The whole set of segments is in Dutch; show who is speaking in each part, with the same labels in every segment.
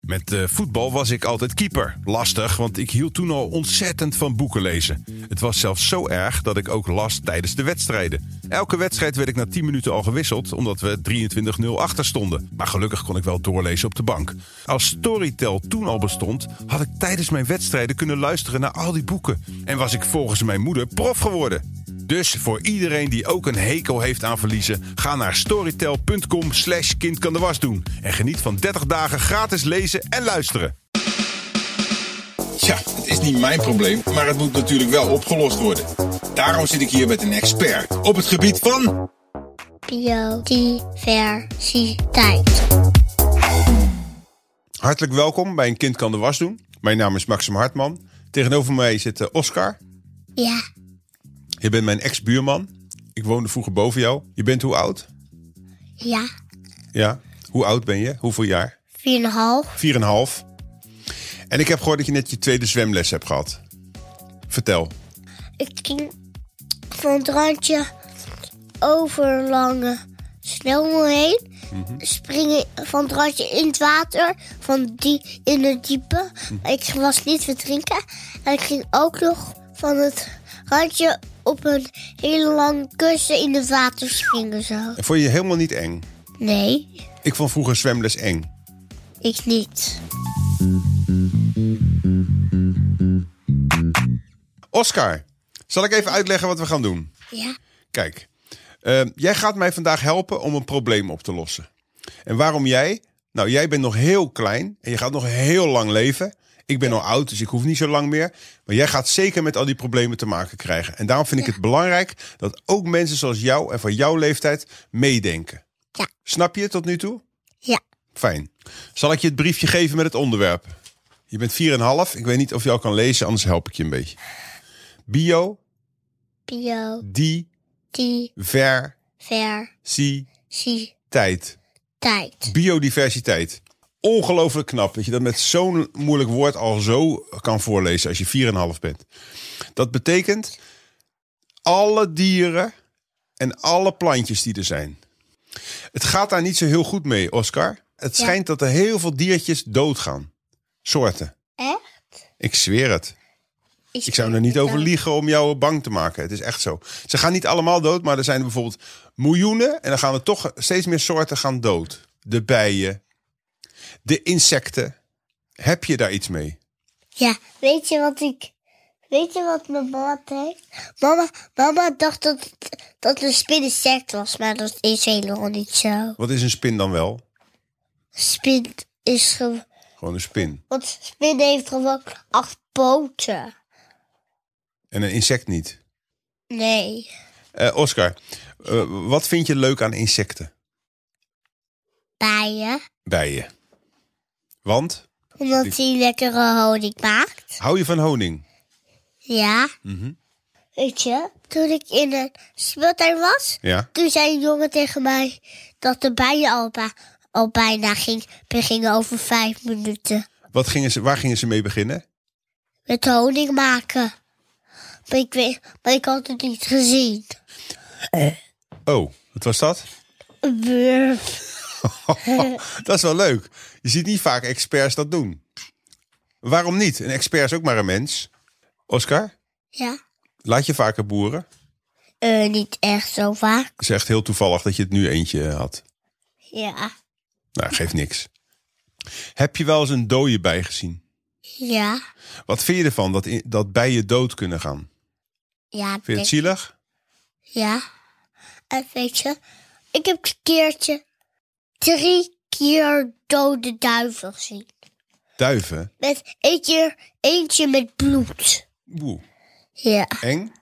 Speaker 1: Met eh, voetbal was ik altijd keeper. Lastig, want ik hield toen al ontzettend van boeken lezen. Het was zelfs zo erg dat ik ook las tijdens de wedstrijden. Elke wedstrijd werd ik na 10 minuten al gewisseld, omdat we 23-0 achter stonden. Maar gelukkig kon ik wel doorlezen op de bank. Als Storytel toen al bestond, had ik tijdens mijn wedstrijden kunnen luisteren naar al die boeken. En was ik volgens mijn moeder prof geworden. Dus voor iedereen die ook een hekel heeft aan verliezen, ga naar storytel.com slash kind kan de was doen. En geniet van 30 dagen gratis lezen en luisteren.
Speaker 2: Tja, het is niet mijn probleem, maar het moet natuurlijk wel opgelost worden. Daarom zit ik hier met een expert op het gebied van.
Speaker 3: biodiversiteit.
Speaker 1: Hartelijk welkom bij een kind kan de was doen. Mijn naam is Maxim Hartman. Tegenover mij zit eh, Oscar.
Speaker 3: Ja,
Speaker 1: Je bent mijn ex-buurman. Ik woonde vroeger boven jou. Je bent hoe oud?
Speaker 3: ja,
Speaker 1: Ja. Hoe oud ben je? Hoeveel jaar?
Speaker 3: 4,5.
Speaker 1: Vier en een half. En ik heb gehoord dat je net je tweede zwemles hebt gehad. Vertel.
Speaker 3: Ik ging van het randje over een lange snelweg heen. Springen van het randje in het water, van die in het diepe. Maar ik was niet verdrinken. En ik ging ook nog van het randje op een hele lange kussen in het water springen zo.
Speaker 1: En vond je helemaal niet eng?
Speaker 3: Nee,
Speaker 1: Ik vond vroeger zwemles eng.
Speaker 3: ik niet.
Speaker 1: Oscar, zal ik even uitleggen wat we gaan doen?
Speaker 3: Ja,
Speaker 1: Kijk, eh, jij gaat mij vandaag helpen om een probleem op te lossen. En waarom jij? Nou, jij bent nog heel klein en je gaat nog heel lang leven. Ik ben al oud, dus ik hoef niet zo lang meer. Maar jij gaat zeker met al die problemen te maken krijgen. En daarom vind ik het belangrijk dat ook mensen zoals jou en van jouw leeftijd meedenken.
Speaker 3: Ja.
Speaker 1: Snap je het tot nu toe?
Speaker 3: ja,
Speaker 1: Fijn. Zal ik je het briefje geven met het onderwerp? Je bent 4,5. Ik weet niet of je al kan lezen, anders help ik je een beetje. Bio, die, ver,
Speaker 3: biodiversiteit.
Speaker 1: zie, tijd.
Speaker 3: tijd.
Speaker 1: Biodiversiteit. Ongelooflijk knap dat je dat met zo'n moeilijk woord al zo kan voorlezen als je 4,5 bent. Dat betekent alle dieren en alle plantjes die er zijn. Het gaat daar niet zo heel goed mee, Oscar. Het
Speaker 3: Ja.
Speaker 1: schijnt dat er heel veel diertjes doodgaan. Soorten.
Speaker 3: Echt?
Speaker 1: Ik zweer het. Ik zou er niet over liegen om jou bang te maken. Het is echt zo. Ze gaan niet allemaal dood, maar er zijn er bijvoorbeeld miljoenen. En dan gaan er toch steeds meer soorten gaan dood. De bijen, de insecten. Heb je daar iets mee?
Speaker 3: Ja, weet je wat ik. Weet je wat mijn mama denkt? Mama, mama dacht dat het, dat het een spinnensect was, maar dat is helemaal niet zo.
Speaker 1: Wat is een spin dan wel?
Speaker 3: Spin is gewoon.
Speaker 1: Gewoon een spin.
Speaker 3: Want spin heeft gewoon acht poten.
Speaker 1: En een insect niet.
Speaker 3: Nee.
Speaker 1: Eh, Oscar, eh, wat vind je leuk aan insecten?
Speaker 3: Bijen.
Speaker 1: Bijen. Want?
Speaker 3: Omdat hij lekkere honing maakt.
Speaker 1: Hou je van honing?
Speaker 3: Ja.
Speaker 1: Mhm.
Speaker 3: Weet je, toen ik in een speeltuin was,
Speaker 1: Ja.
Speaker 3: toen zei een jongen tegen mij dat de bijen al, ba- al bijna ging, gingen over vijf minuten.
Speaker 1: Wat gingen ze, waar gingen ze mee beginnen?
Speaker 3: met honing maken. Maar ik, weet, maar ik had het niet gezien.
Speaker 1: Oh, wat was dat?
Speaker 3: Een wurf.
Speaker 1: Oh, Dat is wel leuk. Je ziet niet vaak experts dat doen. Waarom niet? Een expert is ook maar een mens. Oscar,
Speaker 3: Ja?
Speaker 1: laat je vaker boeren?
Speaker 3: Eh, niet echt zo vaak.
Speaker 1: Het is echt heel toevallig dat je het nu eentje eh, had.
Speaker 3: Ja.
Speaker 1: Nou, geeft niks. Heb je wel eens een dode bij gezien?
Speaker 3: Ja.
Speaker 1: Wat vind je ervan dat, in- dat bijen dood kunnen gaan? Vind
Speaker 3: Ja.
Speaker 1: je
Speaker 3: denk-
Speaker 1: het zielig?
Speaker 3: ja. En weet je, ik heb een keertje drie keer dode duiven gezien.
Speaker 1: Duiven?
Speaker 3: Met eentje, eentje met bloed.
Speaker 1: Oeh,
Speaker 3: Ja.
Speaker 1: eng?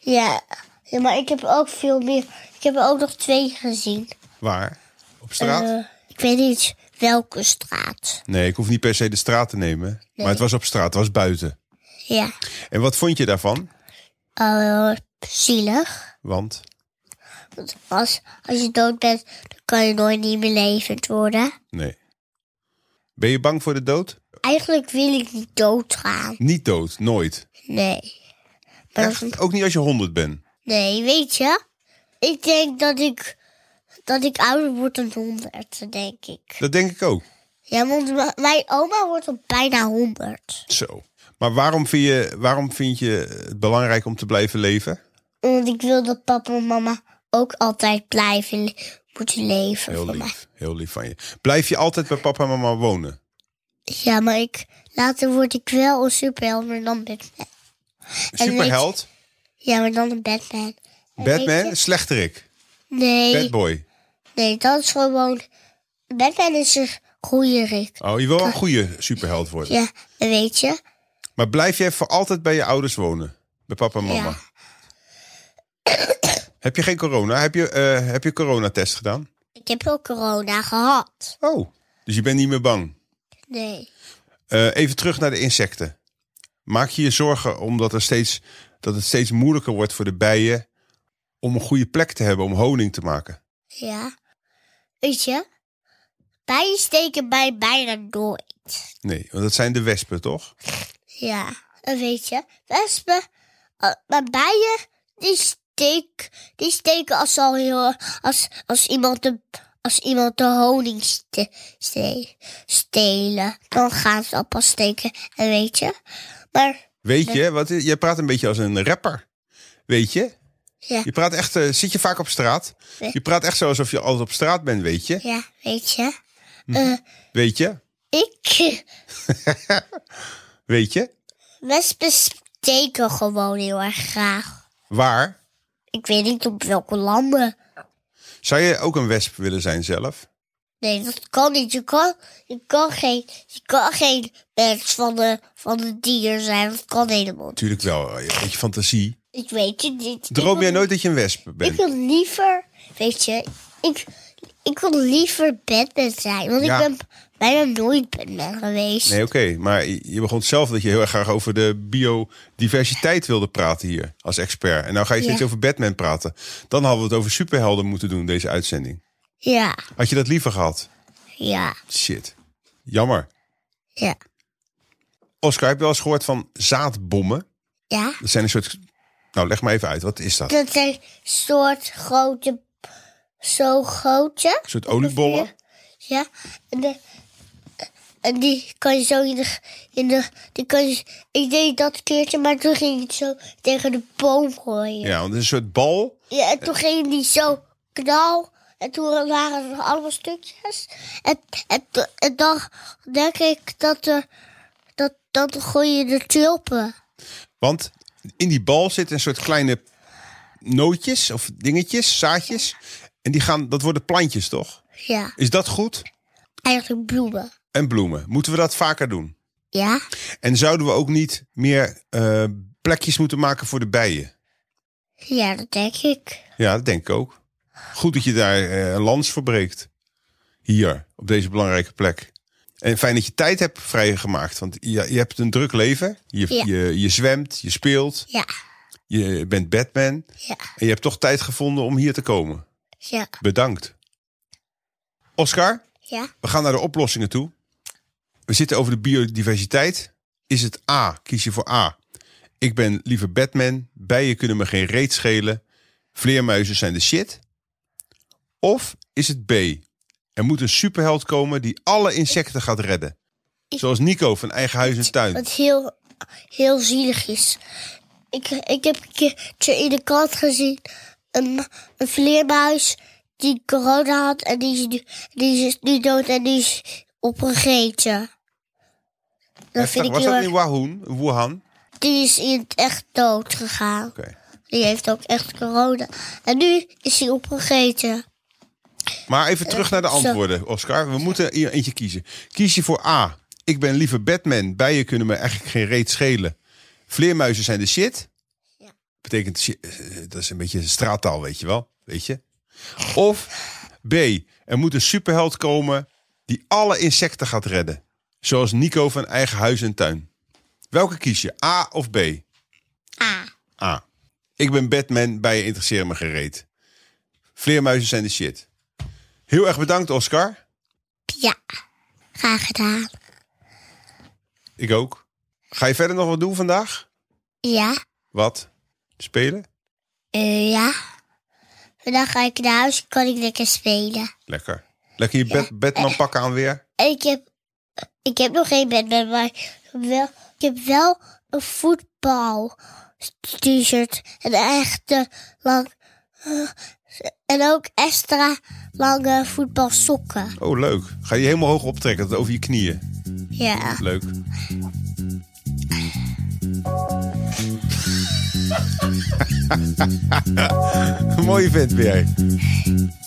Speaker 3: ja. Ja, maar ik heb ook veel meer. Ik heb er ook nog twee gezien.
Speaker 1: Waar? Op straat?
Speaker 3: Eh, ik weet niet welke straat.
Speaker 1: Nee, ik hoef niet per se de straat te nemen. Maar het was op straat, het was buiten.
Speaker 3: Ja.
Speaker 1: En wat vond je daarvan?
Speaker 3: Eh, zielig.
Speaker 1: Want?
Speaker 3: Want als, als je dood bent, dan kan je nooit niet meer levend worden.
Speaker 1: Nee. Ben je bang voor de dood?
Speaker 3: Eigenlijk wil ik niet doodgaan.
Speaker 1: Niet dood, nooit.
Speaker 3: Nee. Maar-
Speaker 1: Echt? Ook niet als je 100 bent.
Speaker 3: Nee, weet je? Ik denk dat ik, dat ik ouder word dan 100, denk ik.
Speaker 1: Dat denk ik ook.
Speaker 3: Ja, want m- mijn oma wordt al bijna 100.
Speaker 1: Zo. Maar waarom vind, je, waarom vind je het belangrijk om te blijven leven?
Speaker 3: Want ik wil dat papa en mama ook altijd blijven le- moeten leven.
Speaker 1: Heel
Speaker 3: van mij.
Speaker 1: lief. Heel lief van je. Blijf je altijd bij papa en mama wonen?
Speaker 3: Ja, maar ik, later word ik wel een superheld, maar dan Batman. En
Speaker 1: Superheld?
Speaker 3: Ja, maar dan een Batman. En weet
Speaker 1: Batman?
Speaker 3: je-
Speaker 1: Slechterik?
Speaker 3: Nee,
Speaker 1: Batboy?
Speaker 3: nee, dat is gewoon... Batman is een goede Rick.
Speaker 1: Oh, je wil wel een goede superheld worden.
Speaker 3: Ja, dat weet je.
Speaker 1: Maar blijf jij voor altijd bij je ouders wonen? Bij papa en mama?
Speaker 3: Ja.
Speaker 1: Heb je geen corona? Heb je, eh heb je coronatest gedaan?
Speaker 3: Ik heb ook corona gehad.
Speaker 1: Oh, dus je bent niet meer bang.
Speaker 3: Nee.
Speaker 1: Eh, even terug naar de insecten. Maak je je zorgen omdat er steeds, dat het steeds moeilijker wordt voor de bijen om een goede plek te hebben om honing te maken?
Speaker 3: Ja. Weet je, bijen steken mij bijna nooit.
Speaker 1: Nee, want dat zijn de wespen, toch?
Speaker 3: Ja, en weet je, wespen, eh, maar bijen, die, steek, die steken als, ze al heel, als, als, iemand de, als iemand de honing ste, ste- stelen. Dan gaan ze al pas steken, en weet je. Maar,
Speaker 1: Weet je, wat, je praat een beetje als een rapper. Weet je?
Speaker 3: ja,
Speaker 1: Je praat echt, eh, zit je vaak op straat?
Speaker 3: Nee.
Speaker 1: Je praat echt zo alsof je altijd op straat bent, weet je?
Speaker 3: ja weet je. Eh,
Speaker 1: Weet je?
Speaker 3: ik,
Speaker 1: Weet je?
Speaker 3: wespen steken gewoon heel erg graag.
Speaker 1: Waar?
Speaker 3: Ik weet niet op welke landen.
Speaker 1: Zou je ook een wesp willen zijn zelf?
Speaker 3: Nee, dat kan niet. Je kan, je kan, geen, je kan geen mens van de, van de dier zijn. Dat kan helemaal niet.
Speaker 1: Tuurlijk wel, eh, een beetje fantasie.
Speaker 3: Ik weet het niet.
Speaker 1: Droom
Speaker 3: je
Speaker 1: jij nooit dat je een wesp
Speaker 3: Ik
Speaker 1: bent?
Speaker 3: wil liever, weet je, ik, ik wil liever Batman zijn. Want
Speaker 1: Ja.
Speaker 3: ik ben bijna nooit Batman geweest.
Speaker 1: Nee, oké. Maar je begon zelf dat je heel erg graag over de biodiversiteit wilde praten hier als expert. En nou ga je steeds
Speaker 3: Ja.
Speaker 1: over Batman praten. Dan hadden we het over superhelden moeten doen, deze uitzending.
Speaker 3: Ja,
Speaker 1: Had je dat liever gehad?
Speaker 3: ja,
Speaker 1: Shit. Jammer.
Speaker 3: ja,
Speaker 1: Oscar, heb je wel eens gehoord van zaadbommen?
Speaker 3: ja.
Speaker 1: Dat zijn een soort... Nou, leg maar even uit. Wat is dat? Een
Speaker 3: Dat zijn soort grote, zo grote.
Speaker 1: soort oliebollen?
Speaker 3: Ja, en, de, en die kan je zo in de, in de... Die kan je, ik deed dat keertje, maar toen ging ik het zo tegen de boom gooien. Ja.
Speaker 1: Ja, want het is een soort bal.
Speaker 3: en toen ging die zo knal. En toen waren er allemaal stukjes. En, en, to- en dan denk ik dat er... Dat, dat gooi je de tulpen.
Speaker 1: Want in die bal zitten een soort kleine nootjes of dingetjes, zaadjes. En die gaan, dat worden plantjes, toch?
Speaker 3: Ja,
Speaker 1: Is dat goed?
Speaker 3: eigenlijk bloemen.
Speaker 1: En bloemen. Moeten we dat vaker doen?
Speaker 3: Ja,
Speaker 1: En zouden we ook niet meer eh, plekjes moeten maken voor de bijen?
Speaker 3: ja, dat denk ik.
Speaker 1: Ja, dat denk ik ook. Goed dat je daar eh, een lans voor breekt. Hier, op deze belangrijke plek. En fijn dat je tijd hebt vrijgemaakt. Want je, je hebt een druk leven. Je,
Speaker 3: Ja.
Speaker 1: je, je zwemt, je speelt,
Speaker 3: Ja,
Speaker 1: je bent Batman.
Speaker 3: ja,
Speaker 1: En je hebt toch tijd gevonden om hier te komen.
Speaker 3: ja,
Speaker 1: Bedankt. Oscar,
Speaker 3: ja.
Speaker 1: we gaan naar de oplossingen toe. We zitten over de biodiversiteit. Is het A? Kies je voor A. Ik ben liever Batman. Bijen kunnen me geen reet schelen. Vleermuizen zijn de shit. Of is het B? Er moet een superheld komen die alle insecten gaat redden. Zoals Nico van Eigen Huis en Tuin.
Speaker 3: Wat heel, heel zielig is. Ik, ik heb een keertje in de krant gezien een, een vleermuis die corona had en die is, nu, die is nu dood en die is opgegeten. Dat vind ik
Speaker 1: Was
Speaker 3: heel
Speaker 1: dat in
Speaker 3: erg.
Speaker 1: Wuhan? Wuhan?
Speaker 3: Die is in het echt dood gegaan.
Speaker 1: Oké.
Speaker 3: Die heeft ook echt corona. En nu is hij opgegeten.
Speaker 1: Maar even terug naar de
Speaker 3: Eh, zo.
Speaker 1: antwoorden, Oscar. We moeten hier eentje kiezen. Kies je voor A. Ik ben liever Batman. Bijen kunnen me eigenlijk geen reet schelen. Vleermuizen zijn de shit.
Speaker 3: Ja.
Speaker 1: Betekent, shi- eh, dat is een beetje straattaal, weet je wel. Weet je? Of B. Er moet een superheld komen die alle insecten gaat redden. Zoals Nico van Eigen Huis en Tuin. Welke kies je? A of B?
Speaker 3: Ah,
Speaker 1: A. Ik ben Batman, bijen interesseren me gereed. Vleermuizen zijn de shit. Heel erg bedankt, Oscar.
Speaker 3: ja. Graag gedaan.
Speaker 1: Ik ook. Ga je verder nog wat doen vandaag?
Speaker 3: Ja.
Speaker 1: Wat? Spelen?
Speaker 3: Eh, ja. Vandaag ga ik naar huis, kan ik lekker spelen.
Speaker 1: Lekker. Lekker je Bat- Batman pakken aan weer.
Speaker 3: En ik heb Ik heb nog geen Batman, maar wel, ik heb wel een voetbal t-shirt. Een echte lang. eh, En ook extra lange voetbalsokken.
Speaker 1: Oh, leuk. Ga je die helemaal hoog optrekken, tot over je knieën.
Speaker 3: Ja.
Speaker 1: Leuk. Mooie vent ben jij.